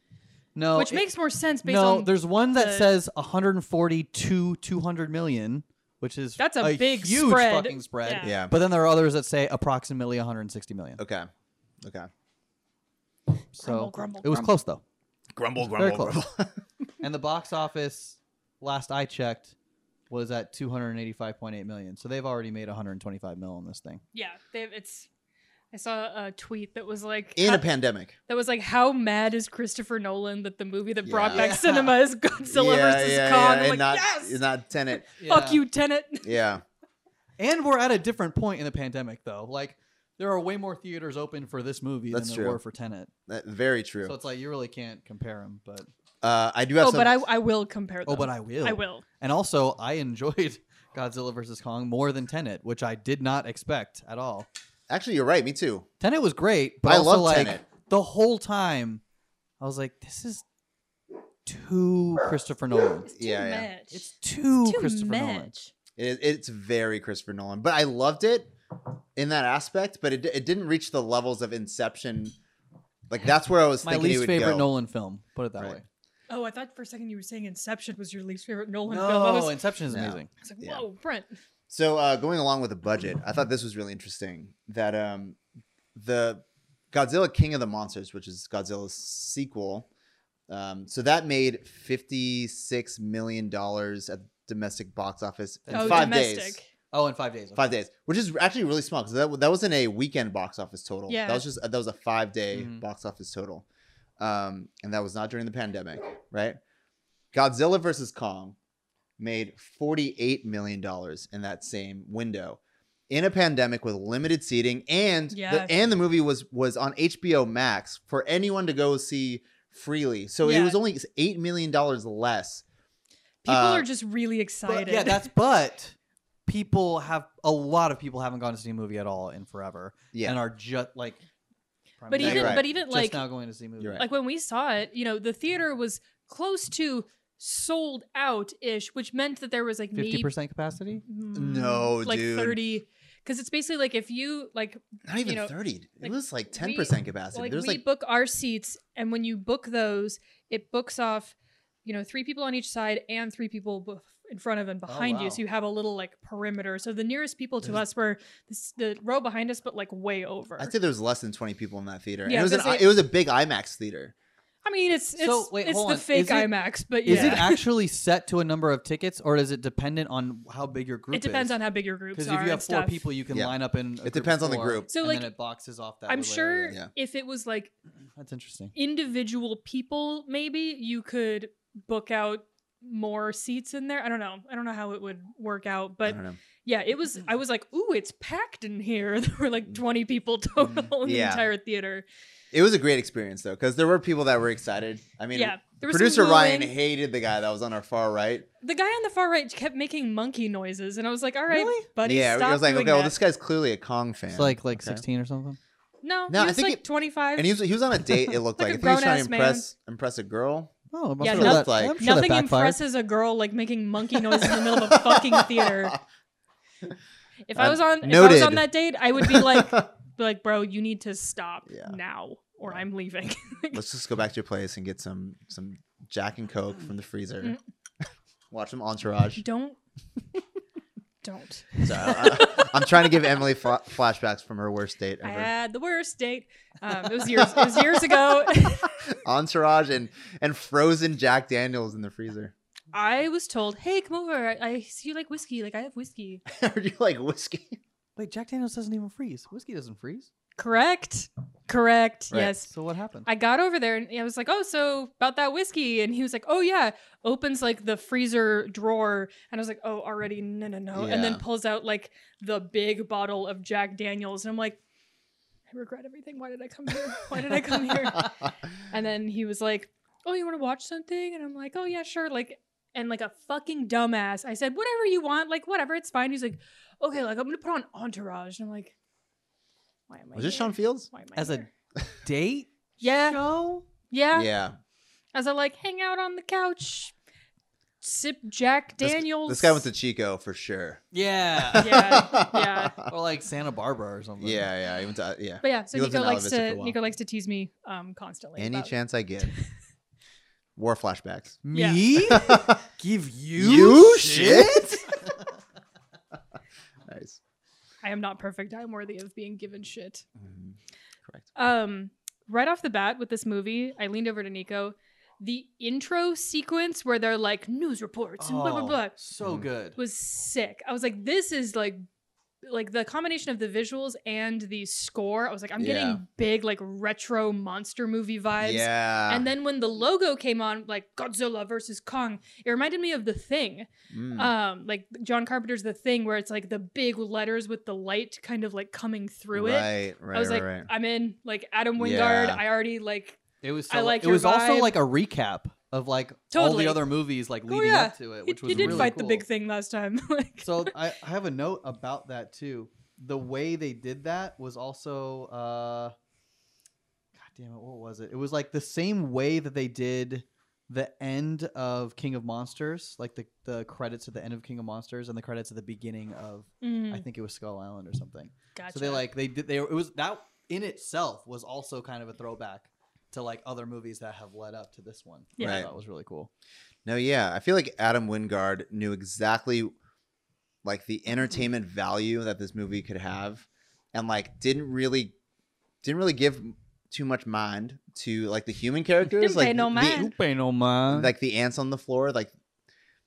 S4: No,
S3: which
S4: Oh, it-
S3: makes more sense based
S4: no.
S3: on
S4: there's one that
S3: the-
S4: says 140 to 200 million, which is
S3: That's a big
S4: huge
S3: spread.
S4: fucking spread.
S3: Yeah.
S2: Yeah. Uh,
S4: But then there are others that say approximately 160 million.
S2: Okay. Okay.
S4: So
S3: grumble, grumble, Hmm.
S4: it was
S3: grumble.
S4: close though.
S2: Grumble,
S4: Very
S2: grumble, grumble.
S4: close. And the box office, last I checked, was at 285.8 million. So they've already made 125 mil on this thing.
S3: Yeah, they, it's. I saw a tweet that was like
S2: In
S3: how-
S2: a pandemic.
S3: that was like, "How mad is Christopher Nolan that the movie that brought
S2: Yeah.
S3: back cinema is Godzilla
S2: yeah,
S3: versus
S2: yeah,
S3: Kong?"
S2: Yeah,
S3: I'm
S2: and
S3: like,
S2: not,
S3: yes,
S2: and not tenant.
S3: fuck you, Tenet.
S2: Yeah.
S4: And we're at a different point in the pandemic though. Like there are way more theaters open for this movie
S2: That's
S4: than
S2: true.
S4: there were for Tenet.
S2: That, very true.
S4: So it's like you really can't compare them, but
S2: uh, I do have
S3: Oh,
S2: some.
S3: but I, I will compare
S2: um,
S3: them.
S4: Oh, but I will.
S3: I will.
S4: And also, I enjoyed Godzilla vs Kong more than Tenet, which I did not expect at all.
S2: Actually, you're right. Me too.
S4: Tenet was great, but
S2: I
S4: also
S2: love
S4: like
S2: Tenet.
S4: the whole time, I was like, this is too Christopher Nolan.
S3: It's too
S2: Yeah, yeah.
S3: much.
S4: It's too,
S3: too
S4: Christopher
S3: much.
S4: Nolan.
S2: It, it's very Christopher Nolan, but I loved it in that aspect. But it, it didn't reach the levels of Inception. Like that's where I was
S4: My
S2: thinking it
S4: least
S2: would
S4: favorite
S2: go.
S4: Nolan film. Put it that
S2: Right.
S4: way.
S3: Oh, I thought for a second you were saying Inception was your least favorite Nolan film. I was,
S4: No,
S3: I
S4: Inception is
S2: No.
S4: amazing.
S3: was like,
S2: yeah.
S3: whoa, Brent.
S2: So uh, going along with the budget, I thought this was really interesting. That um, the Godzilla King of the Monsters, which is Godzilla's sequel, um, so that made fifty six million dollars at domestic box office in
S4: Oh,
S2: five
S3: domestic.
S2: days.
S4: Oh, in five days.
S2: Five days, which is actually really small because that, that wasn't a weekend box office total.
S3: Yeah.
S2: that was just that was a five day
S4: Mhm.
S2: box office total, um, and that was not during the pandemic, right? Godzilla versus Kong made forty eight million dollars in that same window, in a pandemic with limited seating, and
S3: Yeah.
S2: the, and the movie was was on HBO Max for anyone to go see freely. So it
S3: Yeah.
S2: was only eight million dollars less.
S3: People
S2: Uh,
S3: are just really excited.
S4: But, yeah, that's but people have a lot of people haven't gone to see a movie at all in forever,
S2: Yeah,
S4: and are just like.
S3: But
S2: You're
S3: even,
S2: right.
S3: but even
S4: just
S3: like,
S4: now going to see movies.
S2: You're right.
S3: like when we saw it, you know, the theater was close to sold out ish, which meant that there was like
S4: Fifty
S3: maybe
S4: percent capacity.
S3: mm,
S2: No,
S3: like
S2: dude.
S3: thirty. Because it's basically like if you like,
S2: not even
S3: know,
S2: thirty. It
S3: like,
S2: was like ten
S3: we-
S2: percent capacity.
S3: like we
S2: There's like
S3: book our seats, and when you book those, it books off, you know, three people on each side and three people bef- in front of and behind you.
S4: Oh, wow.
S3: So you have a little like perimeter. So the nearest people to us were this, the row behind us, but like way over.
S2: I'd say there was less than 20 people in that theater. And
S3: Yeah,
S2: it was an,
S3: I was gonna say-
S2: it was a big IMAX theater.
S3: I mean, it's it's,
S4: So, wait,
S3: it's
S4: hold
S3: the
S4: on.
S3: fake
S4: Is it-
S3: IMAX, but yeah,
S4: Is it actually set to a number of tickets, or is it dependent on how big your group?
S3: It depends
S4: is?
S3: on how big your groups
S4: Because
S3: are.
S4: if you
S3: and
S4: have four
S3: stuff.
S4: people, you can
S2: Yeah.
S4: line up in. a group of
S2: depends on the
S4: four,
S2: group.
S3: So,
S4: and
S3: like,
S4: then it boxes off that.
S3: I'm
S4: little
S3: sure
S4: area.
S2: yeah.
S3: if it was like
S4: that's interesting.
S3: individual people, maybe you could book out more seats in there. I don't know. I don't know how it would work out,
S2: I
S3: but
S2: don't know.
S3: yeah, it was. I was like, ooh, it's packed in here. There were like 20 people total in
S2: Mm. Mm-hmm. Yeah.
S3: the entire theater.
S2: It was a great experience though, because there were people that were excited. I mean,
S3: yeah, there was some
S2: producer Ryan
S3: moving.
S2: hated the guy that was on our far right.
S3: The guy on the far right kept making monkey noises, and I was like, all right,
S4: Really?
S3: buddy,
S2: yeah,
S3: stop
S2: I was like,
S3: doing
S2: okay, well,
S3: that."
S2: this guy's clearly a Kong fan.
S4: It's like like
S2: Okay.
S4: 16 or something.
S3: No,
S2: No,
S3: he
S2: I
S3: was
S2: think
S3: like
S2: it-
S3: 25.
S2: And he was he was on a date. It looked like,
S3: Like
S2: I
S3: a
S2: think he was trying to
S3: grown-ass man.
S2: impress impress a girl.
S4: Oh, I'm
S3: Yeah,
S4: sure
S3: no-
S4: that,
S2: like-
S4: I'm sure
S3: Nothing
S4: that backfired.
S3: impresses a girl like making monkey noises in the middle of a fucking theater. If I
S2: Uh,
S3: was on if I was on
S2: noted.
S3: that date, I would be like be like, bro, you need to stop
S2: Yeah.
S3: now or I'm leaving. Mm.
S2: Let's just go back to your place and get some some Jack and Coke from the freezer. Watch some Entourage.
S3: Don't. Don't.
S2: So, uh, I'm trying to give Emily fa- flashbacks from her worst date
S3: I
S2: ever.
S3: had the worst date. Um, it was years. It was years ago.
S2: Entourage and and frozen Jack Daniels in the freezer.
S3: I was told, "Hey, come over. I, I see you like whiskey. Like I have whiskey."
S2: Are you like whiskey?
S4: Wait, Jack Daniels doesn't even freeze. Whiskey doesn't freeze.
S3: Correct. Correct.
S2: Right.
S3: Yes.
S4: So what happened?
S3: I got over there and I was like, "Oh, so about that whiskey?" And he was like, "Oh yeah." Opens like the freezer drawer, and I was like, "Oh, already no, no, no." And then
S4: Yeah.
S3: pulls out like the big bottle of Jack Daniels, and I'm like, "I regret everything. Why did I come here? Why did I come here?" and then he was like, "Oh, you want to watch something?" And I'm like, "Oh yeah, sure." Like, and like a fucking dumbass, I said, "Whatever you want. Like, whatever. It's fine." He's like, "Okay, like I'm gonna put on Entourage," and I'm like, "Why am I?"
S2: Was this
S3: here?
S2: Sean Fields?
S3: Why am I
S4: As a
S3: here?
S4: date
S3: Yeah.
S4: show?
S3: yeah.
S2: Yeah.
S3: as I like hang out on the couch, sip Jack
S2: This-
S3: Daniels.
S2: This guy went to Chico for sure.
S4: Yeah.
S3: Yeah, yeah.
S4: or like Santa Barbara or something.
S2: Yeah, yeah. He went to, yeah.
S3: But yeah, so
S2: He lived
S3: Nico
S2: in
S3: likes
S2: Alvista for a
S3: to
S2: while.
S3: Nico likes to tease me um constantly.
S2: Any
S3: about-
S2: chance I get. War flashbacks.
S4: Me? Give you,
S2: You shit? nice.
S3: I am not perfect. I am worthy of being given shit.
S2: Mhm. Correct.
S3: Um, right off the bat with this movie, I leaned over to Nico. The intro sequence where they're like news reports and blah blah
S4: Oh,
S3: blah
S4: So
S2: Mhm.
S4: good.
S3: was sick. I was like, this is like like the combination of the visuals and the score. I was like, I'm
S2: Yeah.
S3: getting big like retro monster movie vibes.
S2: Yeah.
S3: And then when the logo came on, like Godzilla versus Kong, it reminded me of The Thing.
S2: Mm.
S3: Um, like John Carpenter's The Thing, where it's like the big letters with the light kind of like coming through it.
S2: right, Right,
S3: I was
S2: right,
S3: like,
S2: right.
S3: I'm in. Like Adam Wingard,
S2: Yeah.
S3: I already like.
S4: It was.
S3: I
S4: So,
S3: like
S4: It
S3: your
S4: was also
S3: vibe.
S4: like a recap of like all
S3: Totally. Oh,
S4: the other movies like leading
S3: yeah.
S4: up to it,
S3: You-
S4: Uh, which
S3: you
S4: was
S3: did
S4: really
S3: fight
S4: cool.
S3: the big thing last time. like,
S4: so I, I have a note about that too. The way they did that was also, uh, God damn it, what was it? It was like the same way that they did the end of King of Monsters, like the the credits at the end of King of Monsters and the credits at the beginning of
S3: mm,
S4: I think it was Skull Island or something.
S3: gotcha.
S4: So they like they did they it was that in itself was also kind of a throwback to like other movies that have led up to this one.
S3: Yeah.
S4: that
S2: Right.
S4: was really cool.
S2: No, yeah. I feel like Adam Wingard knew exactly like the entertainment value that this movie could have and like didn't really didn't really give too much mind to like the human characters
S3: Didn't
S2: like
S3: pay no
S2: the-
S3: mind.
S4: no mind.
S2: like the ants on the floor like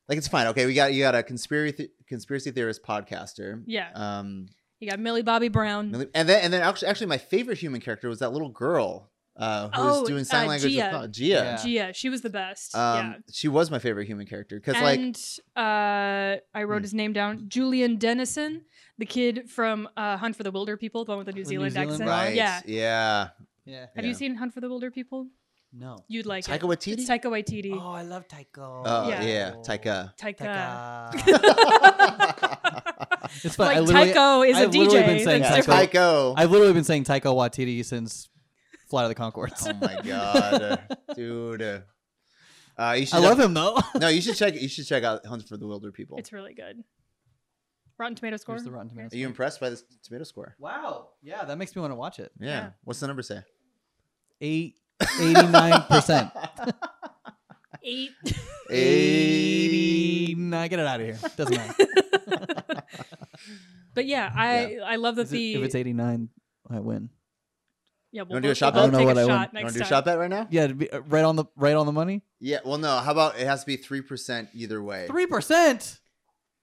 S2: like it's fine okay we got you got a conspiracy conspiracy theorist podcaster
S3: yeah.
S2: um
S3: You got Millie Bobby Brown.
S2: Millie- and then and then actually actually my favorite human character was that little girl uh who
S3: Oh,
S2: was doing
S3: uh,
S2: sign language
S3: Gia.
S2: with Gia.
S4: Yeah.
S3: Gia, she was the best. yeah.
S2: Um, she was my favorite human character because like
S3: and uh, I wrote
S2: Hmm.
S3: his name down. Julian Dennison, the kid from uh, Hunt for the Wilder People, the one with the New
S4: The New
S3: Zealand,
S4: Zealand
S3: accent.
S4: guy.
S2: right
S3: Yeah.
S2: yeah yeah
S4: yeah,
S3: Have you seen Hunt for the Wilder People?
S4: no.
S3: You'd like
S2: Taika
S3: it. It's
S2: Waititi
S3: Taika Waititi.
S4: Oh, I love Tycho.
S2: oh
S3: Yeah.
S2: yeah, Taika
S3: Taika.
S4: it's funny.
S3: Like
S4: I literally,
S3: Taiko is a
S4: I've literally
S3: DJ.
S4: been saying
S2: yeah,
S3: That's
S4: Taika.
S3: different.
S2: Taiko
S4: I've literally been saying Taiko Watiti since Flight of the Concords.
S2: oh my god dude uh you should
S4: I love him though.
S2: no you should check you should check out Hunt for the Wilder People
S3: It's really good. Rotten Tomato score.
S4: Here's the Rotten Tomatoes.
S2: Are you impressed by this tomato score?
S4: Wow. Yeah, that makes me want to watch it.
S2: Yeah.
S3: Yeah.
S2: What's the number say?
S4: Eight, 89%.
S3: Eight.
S2: Eighty.
S4: Nah, get it out of here. Doesn't matter.
S3: But yeah, I I love that
S4: Is it-
S3: the
S4: if it's 89, I win.
S3: yeah. We'll,
S2: wanna do a
S3: both-
S2: shot
S3: we'll
S2: bet? I don't
S3: take
S4: know
S3: a
S4: what I
S3: shot
S4: want.
S2: You want
S3: next
S2: to do a
S3: time.
S2: shot bet right now?
S4: Yeah, it'd be uh, right on the right on the money.
S2: Yeah. Well, no. How about it has to be three percent either way?
S4: Three percent.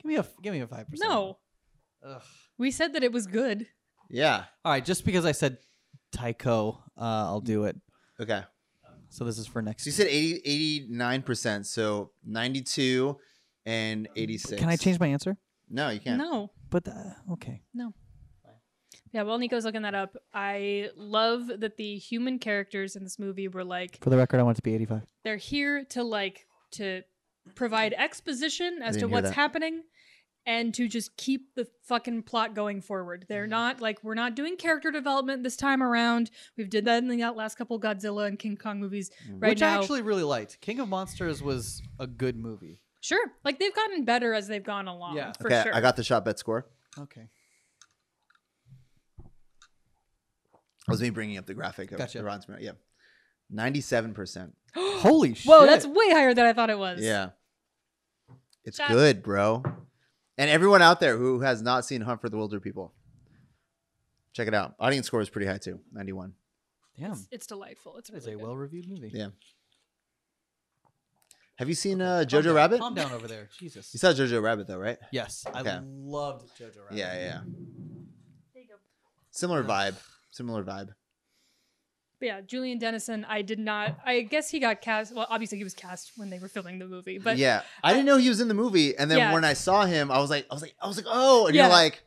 S4: Give me a give me a five percent.
S3: No,
S4: Ugh.
S3: we said that it was good.
S2: Yeah.
S4: All right, just because I said Tycho, uh, I'll do it.
S2: Okay.
S4: So this is for next.
S2: So you said 80, 89 percent. So ninety-two and eighty-six.
S4: Can I change my answer?
S2: No, you can't.
S3: No.
S4: But uh, okay.
S3: Yeah, while Nico's looking that up, I love that the human characters in this movie were like
S4: For the record, I want it to be eighty-five.
S3: they're here to like to provide exposition as
S2: didn't
S3: to
S2: hear
S3: what's
S2: that.
S3: happening and to just keep the fucking plot going forward.
S2: Mm-hmm.
S3: They're not like we're not doing character development this time around. We've did that in the last couple Godzilla and King Kong movies.
S2: Mm-hmm.
S3: Right
S4: Which
S3: now,
S4: I actually really liked. King of Monsters was a good movie.
S3: sure, like they've gotten better as they've gone along.
S4: Yeah.
S3: for
S2: okay.
S3: sure.
S2: I got the shot bet score.
S4: Okay.
S2: That was me bringing up the graphic. Of
S4: Gotcha.
S2: The Rotten Tomato. Yeah. Ninety-seven percent.
S4: Holy shit.
S3: Whoa, that's way higher than I thought it was.
S2: Yeah. It's
S3: That's-
S2: good, bro. And everyone out there who has not seen Hunt for the Wilder People, check it out. Audience score is pretty high too, ninety-one.
S4: Damn,
S3: It's, it's delightful. It's
S4: that is
S3: really
S4: a
S3: good.
S4: well-reviewed movie.
S2: Yeah. Have you seen uh,
S4: Calm
S2: Jojo
S4: down,
S2: Rabbit?
S4: Calm down over there, Jesus.
S2: You saw Jojo Rabbit though, right?
S4: Yes, I
S2: Okay.
S4: loved Jojo Rabbit.
S2: Yeah, yeah, yeah.
S3: There you go.
S2: Similar vibe. Similar vibe.
S3: But yeah, Julian Dennison. I did not. I guess he got cast. Well, obviously he was cast when they were filming the movie, but
S2: yeah, I, didn't know he was in the movie, and then
S3: Yeah.
S2: when I saw him, I was like, I was like, I was like, oh, and
S3: Yeah.
S2: you're like,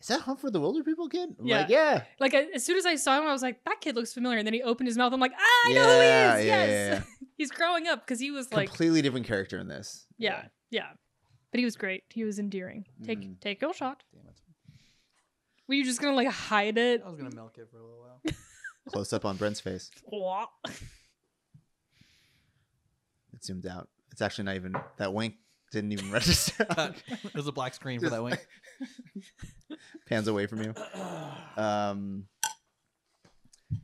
S2: is that Hunt for the Wilder People kid? I'm
S3: Yeah.
S2: like, yeah,
S3: like a- as soon as I saw him, I was like, that kid looks familiar. And then he opened his mouth. I'm like, ah, I know who he
S2: Yeah,
S3: is.
S2: yeah,
S3: yes,
S2: yeah,
S3: he's growing up because he was like,
S2: completely different character in this.
S3: yeah, yeah. But he was great. He was endearing. Take
S2: Mhm.
S3: take your shot.
S4: Damn it.
S3: Were you just gonna like hide it?
S4: I
S2: Oh,
S4: was gonna milk it for a little while.
S2: Close up on Brent's face.
S3: Wah.
S2: It zoomed out. It's actually not even that wink didn't even register.
S4: Cut. There's a black screen for
S2: Just-
S4: that wink.
S2: Pans away from you. Um,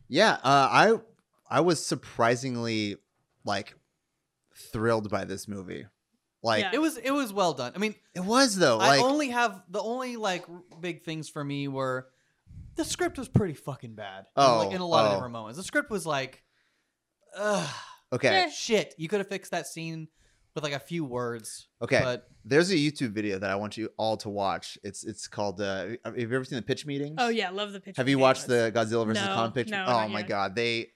S2: yeah, uh, I I was surprisingly like thrilled by this movie. Like
S3: Yeah.
S4: It was it was well done. I mean,
S2: it was though.
S4: I
S2: Like
S4: only have the only like r- big things for me were the script was pretty fucking bad. in, like,
S2: Oh,
S4: in a lot of
S2: oh.
S4: different moments, the script was like, ugh,
S2: okay,
S3: Eh.
S4: shit. You could have fixed that scene with like a few words.
S2: okay.
S4: But
S2: There's a YouTube video that I want you all to watch. It's it's called. Uh, have you ever seen the pitch meetings?
S3: Oh yeah, love the picture.
S2: Have you
S3: of
S2: watched
S3: Nicholas.
S2: the Godzilla versus
S3: No,
S2: Kong pitch?
S3: no,
S2: oh
S3: not
S2: my
S3: yet.
S2: god, they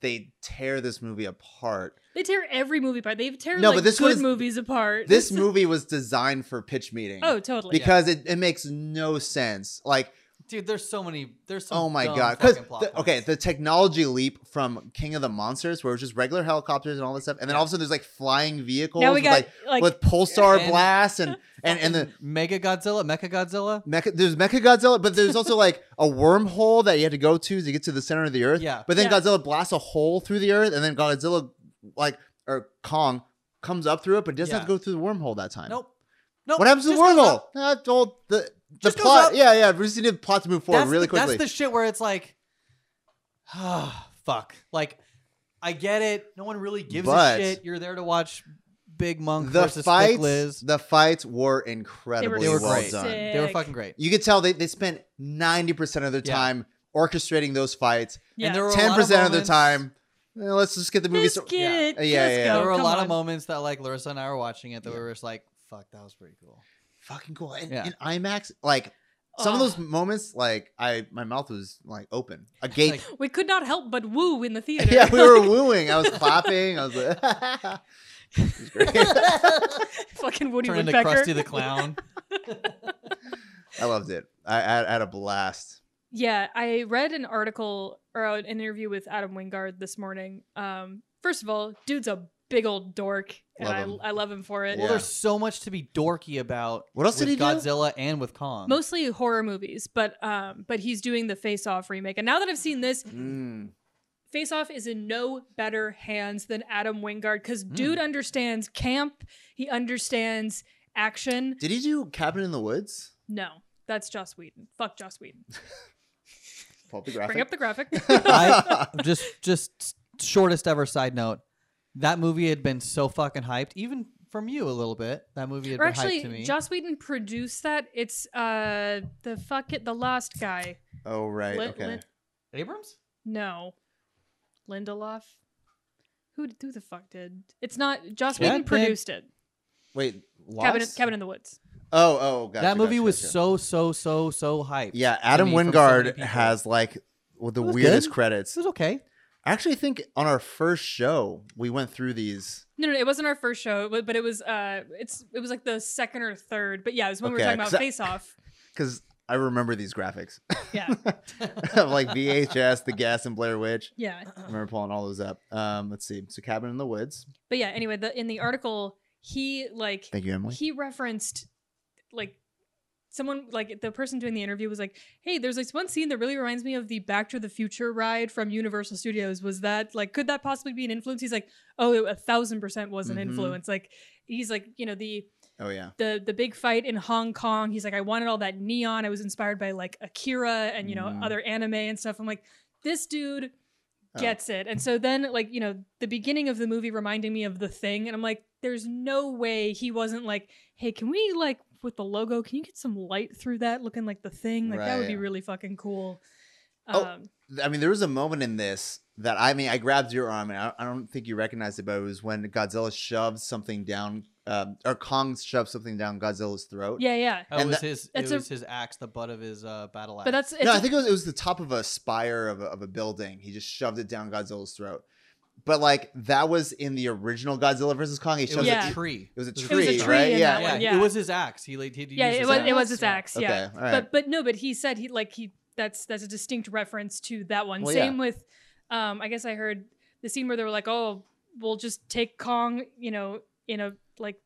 S2: they tear this movie apart.
S3: They tear every movie apart. They tear
S2: No,
S3: like,
S2: but this
S3: good
S2: was-
S3: movies apart.
S2: This movie was designed for pitch meeting.
S3: Oh, totally.
S2: because it, it makes no sense. Like,
S4: dude, there's so many. There's some.
S2: oh my
S4: dumb
S2: god, because
S4: fucking plot points.
S2: okay, the technology leap from King of the Monsters, where it was just regular helicopters and all this stuff, and then all of a sudden there's like flying vehicles,
S3: now we got
S2: with,
S3: like,
S2: like, with pulsar
S4: and-
S2: blasts and and and the.
S4: Mega Godzilla, Mecha Godzilla.
S2: Mecha, there's Mecha Godzilla, but there's also like a wormhole that you had to go to to get to the center of the earth.
S4: Yeah.
S2: But then
S3: Yeah.
S2: Godzilla blasts a hole through the earth, and then Godzilla, like or Kong, comes up through it, but doesn't
S4: Yeah.
S2: have to go through the wormhole that time.
S4: Nope. Nope.
S2: What happens to the
S4: just goes up.
S2: wormhole? I told the the
S4: Just goes up.
S2: plot. Yeah, yeah. We just need the plot to move forward
S4: that's
S2: really
S4: the,
S2: quickly.
S4: That's the shit where it's like, ah, fuck. Like, I get it. No one really gives
S2: But-
S4: a shit. You're there to watch Big Monk
S2: the
S4: versus
S2: fights,
S4: Thick Liz.
S2: the fights were incredibly
S4: They were
S2: well
S4: great.
S2: done.
S3: sick.
S4: They were
S3: Sick.
S4: fucking great.
S2: You could tell they, they spent ninety percent of their
S4: Yeah.
S2: time orchestrating those fights.
S3: yeah.
S4: And there were a lot
S2: Ten percent of their
S4: moments-
S2: time, eh, let's just get the movie.
S3: Just
S2: started.
S3: get
S4: Yeah.
S3: it.
S2: Uh, yeah,
S3: just
S2: yeah,
S3: go,
S2: yeah.
S4: there were a
S3: Oh, come
S4: lot
S3: on.
S4: of moments that like Larissa and I were watching it that we were just like, fuck, that was pretty cool.
S2: Fucking cool. And
S4: Yeah.
S2: in IMAX, like some
S3: Oh.
S2: of those moments, like I my mouth was like open, a gate.
S4: Like-
S3: We could not help but woo in the theater.
S2: yeah, we were wooing. I was clapping. I was like, It was great.
S3: fucking Woody
S4: Turn into
S3: Woodpecker.
S4: Krusty the Clown.
S2: I loved it. I, I, I had a blast.
S3: Yeah, I read an article or an interview with Adam Wingard this morning. Um, first of all, dude's a big old dork, and
S2: Love him.
S3: I, I love him for it.
S4: Well,
S2: Yeah.
S4: there's so much to be dorky about.
S2: What else
S4: with
S2: did he do?
S4: Godzilla and with Kong.
S3: Mostly horror movies, but um, but he's doing the Face Off remake, and now that I've seen this,
S2: Mm.
S3: Face Off is in no better hands than Adam Wingard because
S2: Hmm.
S3: dude understands camp, he understands action.
S2: Did he do Cabin in the Woods?
S3: No, that's Joss Whedon. Fuck Joss Whedon.
S2: Pulp the
S3: Bring
S2: graphic.
S3: up the graphic.
S4: I just just shortest ever side note. That movie had been so fucking hyped, even from you a little bit. That movie had
S3: or
S4: been hyped to
S3: actually,
S4: me.
S3: Joss Whedon produced that. It's uh the fuck it, the Lost guy.
S2: Oh right,
S3: Lin-
S2: okay.
S3: Lin-
S4: Abrams?
S3: no, Lindelof. Who d- who the fuck did? It's not Joss
S4: Yeah,
S3: Whedon
S4: that-
S3: produced it.
S2: Wait, Lost?
S3: Cabin, Cabin in the Woods.
S2: Oh, oh, gotcha,
S4: that movie
S2: gotcha,
S4: was
S2: gotcha.
S4: so so so so hyped.
S2: Yeah, Adam
S4: me from so many
S2: Wingard
S4: people.
S2: has like well, the
S4: It was
S2: weirdest
S4: good.
S2: credits.
S4: This is okay.
S2: I actually think on our first show we went through these.
S3: No, no, it wasn't our first show, but, but it was uh, it's it was like the second or third. But yeah, it was when we were
S2: Okay,
S3: talking about
S2: 'cause I-
S3: Face Off.
S2: because I remember these graphics
S3: Yeah,
S2: of like VHS, The Gas, and Blair Witch.
S3: yeah.
S2: I remember pulling all those up. Um, let's see. So Cabin in the Woods.
S3: But yeah, anyway, the in the article he like
S2: Thank you, Emily.
S3: he referenced like someone like the person doing the interview was like hey there's this one scene that really reminds me of the back to the future ride from universal studios was that like could that possibly be an influence he's like oh it, a thousand percent was an
S2: Mhm.
S3: influence like he's like you know the
S2: Oh yeah.
S3: the the big fight in hong kong he's like i wanted all that neon i was inspired by like akira and you know
S2: Mm.
S3: other anime and stuff i'm like this dude
S2: Oh.
S3: gets it and so then like you know the beginning of the movie reminding me of the thing and i'm like there's no way he wasn't like, hey, can we like with the logo, can you get some light through that looking like the thing? Like that would be
S2: Right.
S3: really fucking cool.
S2: Oh.
S3: Um,
S2: I mean, there was a moment in this that I mean, I grabbed your arm, and I, I don't think you recognized it, but it was when Godzilla shoves something down, um, or Kong shoves something down Godzilla's throat.
S3: yeah, yeah.
S4: Oh, it
S2: And
S4: was
S2: that-
S4: his. It
S3: that's a-
S4: was his axe, the butt of his uh, battle axe.
S3: But that's it's
S2: no, I
S3: a-
S2: think it was, it was the top of a spire of a, of a building. He just shoved it down Godzilla's throat. But like that was in the original Godzilla versus Kong. He
S4: it
S2: shoves
S4: was
S3: Yeah.
S2: it.
S4: a tree.
S2: It was a
S3: It was a
S2: tree,
S3: tree
S2: right? Yeah.
S3: in that
S4: Yeah,
S3: one,
S4: it
S3: yeah.
S4: was his axe. He like, he'd
S3: yeah,
S4: use
S3: it
S4: his
S3: was
S4: axe.
S3: it was his
S4: Yeah.
S3: axe,
S2: Okay.
S3: yeah.
S2: All right.
S3: but but no, but he said he like he that's that's a distinct reference to that one.
S2: Well,
S3: Same with, um, I guess I heard the scene where they were like, oh, we'll just take Kong, you know, in a like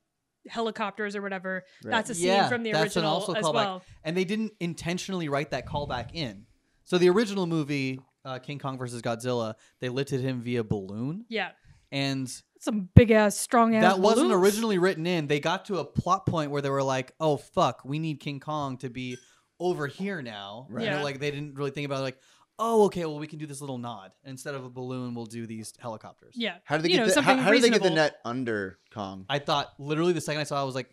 S3: helicopters or whatever.
S2: Right.
S3: That's a scene
S4: Yeah,
S3: from the
S4: that's an
S3: original
S4: also
S3: as
S4: callback.
S3: well.
S4: and they didn't intentionally write that callback in. So the original movie, uh, King Kong versus Godzilla, they lifted him via balloon,
S3: Yeah,
S4: and
S3: some big ass strong ass.
S4: that wasn't originally written in. They got to a plot point where they were like, "Oh fuck, we need King Kong to be over here now."
S2: Right.
S4: You know,
S3: Yeah.
S4: like they didn't really think about like, "Oh, okay, well we can do this little nod instead of a balloon, we'll do these helicopters."
S3: Yeah,
S2: How did they
S3: you
S2: get
S3: know,
S2: the, how,
S3: something
S2: how did they get the
S3: reasonable.
S2: net under Kong?
S4: I thought literally the second I saw, it, I was like,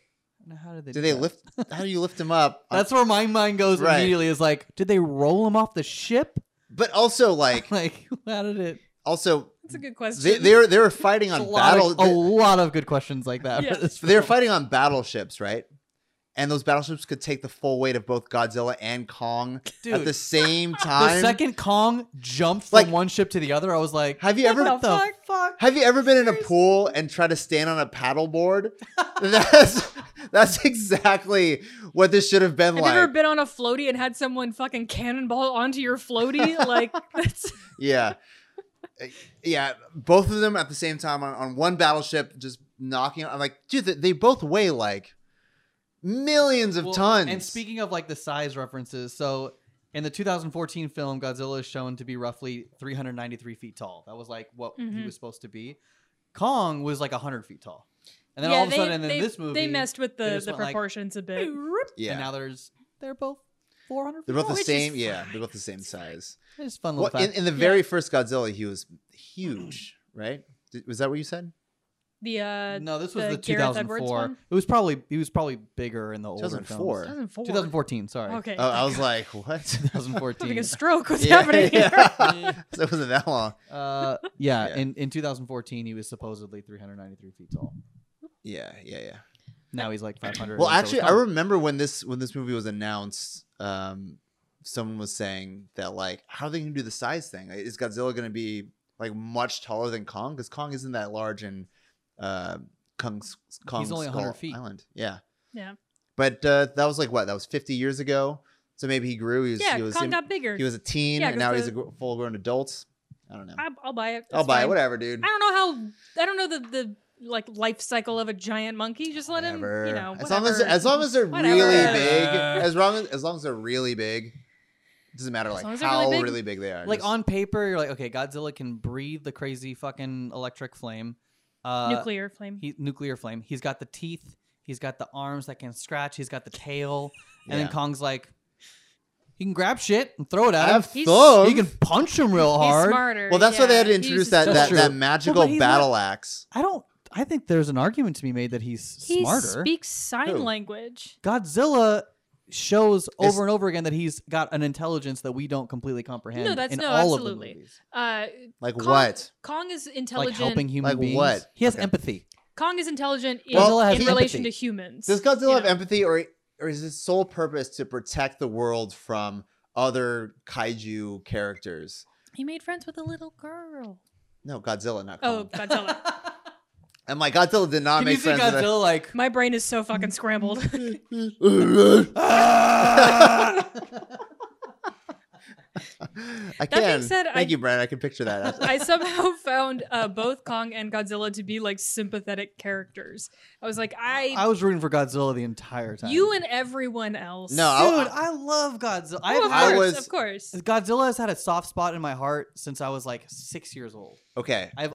S4: "How did they?
S2: Did
S4: do
S2: they
S4: that?"
S2: lift? How do you lift him up? Um,
S4: That's where my mind goes
S2: Right.
S4: immediately. Is like, did they roll him off the ship?
S2: but also like
S4: Like, how did it?
S2: also
S3: That's a good question.
S2: they they were they were fighting on
S4: a lot
S2: battle.
S4: of- a lot of good questions like that. for
S3: Yeah.
S4: this
S2: they were
S4: film.
S2: fighting on battleships, right? And those battleships could take the full weight of both Godzilla and Kong at
S4: Dude.
S2: the same
S4: The
S2: time.
S4: second Kong jumped from
S2: Like-
S4: one ship to the other. I was like,
S2: have you ever
S4: what the fuck?
S2: have you ever been in a pool and tried to stand on a paddleboard? that's that's exactly what this should have been
S3: have you
S2: like.
S3: ever been on a floaty and had someone fucking cannonball onto your floaty? Like that's
S2: yeah. Uh, Yeah, both of them at the same time on, on one battleship, just knocking. I'm like, dude, they, they both weigh like millions of
S4: Well,
S2: tons.
S4: And speaking of like the size references, so in the 2014 film, Godzilla is shown to be roughly 393 feet tall. That was like what he
S3: Mhm.
S4: was supposed to be. Kong was like 100 feet tall, and then all of a
S3: they-
S4: sudden, in
S3: they-
S4: this movie,
S3: they messed with
S4: they
S3: the
S4: just
S3: the
S4: went like-
S3: proportions a bit.
S2: yeah,
S4: And now there's they're both 400.
S2: they're
S4: feet
S2: both the
S4: tall.
S2: same. Yeah, they're both the same size.
S4: It's fun
S2: Well,
S4: little
S2: in,
S4: fact.
S2: in the very first Godzilla, he was huge, right? Did- was that what you said?
S3: The uh,
S4: no, this was
S3: the
S4: the,
S3: Gareth Edwards
S4: 2004.
S3: one?
S4: It was probably he was probably bigger in the older films.
S2: 2004.
S3: 2004.
S4: 2014. Sorry.
S3: Okay.
S2: Oh, I was like, what?
S4: 2014.
S3: Having a stroke was
S2: Yeah,
S3: happening here.
S2: yeah. so it wasn't that long.
S4: Uh, yeah,
S2: Yeah.
S4: In, in 2014, he was supposedly 393 feet tall.
S2: Yeah, yeah, yeah.
S4: Now he's like 500.
S2: Well,
S4: and so
S2: actually,
S4: is
S2: I
S4: Kong.
S2: remember when this when this movie was announced. Um, someone was saying that like, how are they gonna do the size thing? Like, Is Godzilla gonna be like much taller than Kong? Because Kong isn't that large in uh, Kong's Kong's
S4: only
S2: Skull
S4: 100 feet.
S2: Island. Yeah,
S3: Yeah.
S2: But uh, that was like what? That was 50 years ago. So maybe he grew. He was,
S3: yeah,
S2: he was
S3: Kong
S2: in-
S3: got bigger.
S2: he was a teen,
S3: Yeah,
S2: and
S3: 'cause
S2: now he's a
S3: the-
S2: full grown adult. I don't know.
S3: I, I'll buy it.
S2: I'll
S3: It's
S2: buy
S3: fine.
S2: it. Whatever, dude.
S3: I don't know how. I don't know the the like life cycle of a giant monkey. Just let him. You
S2: Whatever.
S3: know.
S2: as long as
S3: whatever.
S2: as long as they're really
S3: Whatever.
S2: big,
S4: Yeah.
S2: as long as as long as they're really big, it doesn't matter like
S3: long as they're
S2: how
S3: really
S2: really
S3: big.
S2: big. they are.
S4: like
S2: just-
S4: on paper, you're like, okay, Godzilla can breathe the crazy fucking electric flame, uh,
S3: nuclear flame.
S4: He, nuclear flame. He's got the teeth. He's got the arms that can scratch. He's got the tail. And then
S2: Yeah.
S4: Kong's like, he can grab shit and throw it
S2: I
S4: at him.
S2: have
S3: He's-
S2: thumbs.
S4: He can punch him real
S3: He's
S4: hard.
S3: smarter.
S2: well, that's why they had to
S3: yeah.
S2: introduce
S3: He's-
S2: that
S4: That's
S2: that,
S4: true.
S2: that
S4: Well,
S2: magical
S4: he's not-
S2: battle axe.
S4: I don't. I think there's an argument to be made that he's
S3: He
S4: smarter.
S3: speaks sign
S2: Who?
S3: language.
S4: Godzilla shows over
S2: It's-
S4: and over again that he's got an intelligence that we don't completely comprehend.
S3: No, that's-
S4: in
S3: no,
S4: all
S3: absolutely.
S4: Of the movies.
S3: Uh,
S2: Like
S3: Kong,
S2: what?
S3: Kong is
S4: Like
S3: intelligent.
S4: helping human
S2: Like
S4: beings.
S2: what?
S4: He has
S2: Okay.
S4: empathy.
S3: Kong is intelligent in,
S2: Godzilla
S4: has
S3: in relation to
S4: empathy.
S3: humans.
S2: Does Godzilla
S3: you
S2: have
S3: know.
S2: empathy, or or is his sole purpose to protect the world from other kaiju characters?
S3: He made friends with a little girl.
S2: No, Godzilla, not
S3: Oh,
S2: Kong.
S3: Godzilla.
S2: And like Godzilla did not
S4: Can you
S2: make
S4: see
S2: friends. with
S4: Godzilla like?
S3: My brain is so fucking scrambled.
S2: a- I
S3: Ah! being
S2: can.
S3: said,
S2: Thank
S3: I-
S2: you, Brad. I can picture that.
S3: I somehow found uh, both Kong and Godzilla to be like sympathetic characters. I was like, I,
S4: I was rooting for Godzilla the entire time.
S3: you and everyone else.
S2: No, I-
S4: dude, I love Godzilla. I,
S3: Oh, of
S2: I
S3: course,
S2: was-
S3: of course.
S4: Godzilla has had a soft spot in my heart since I was like six years old.
S2: Okay.
S4: I've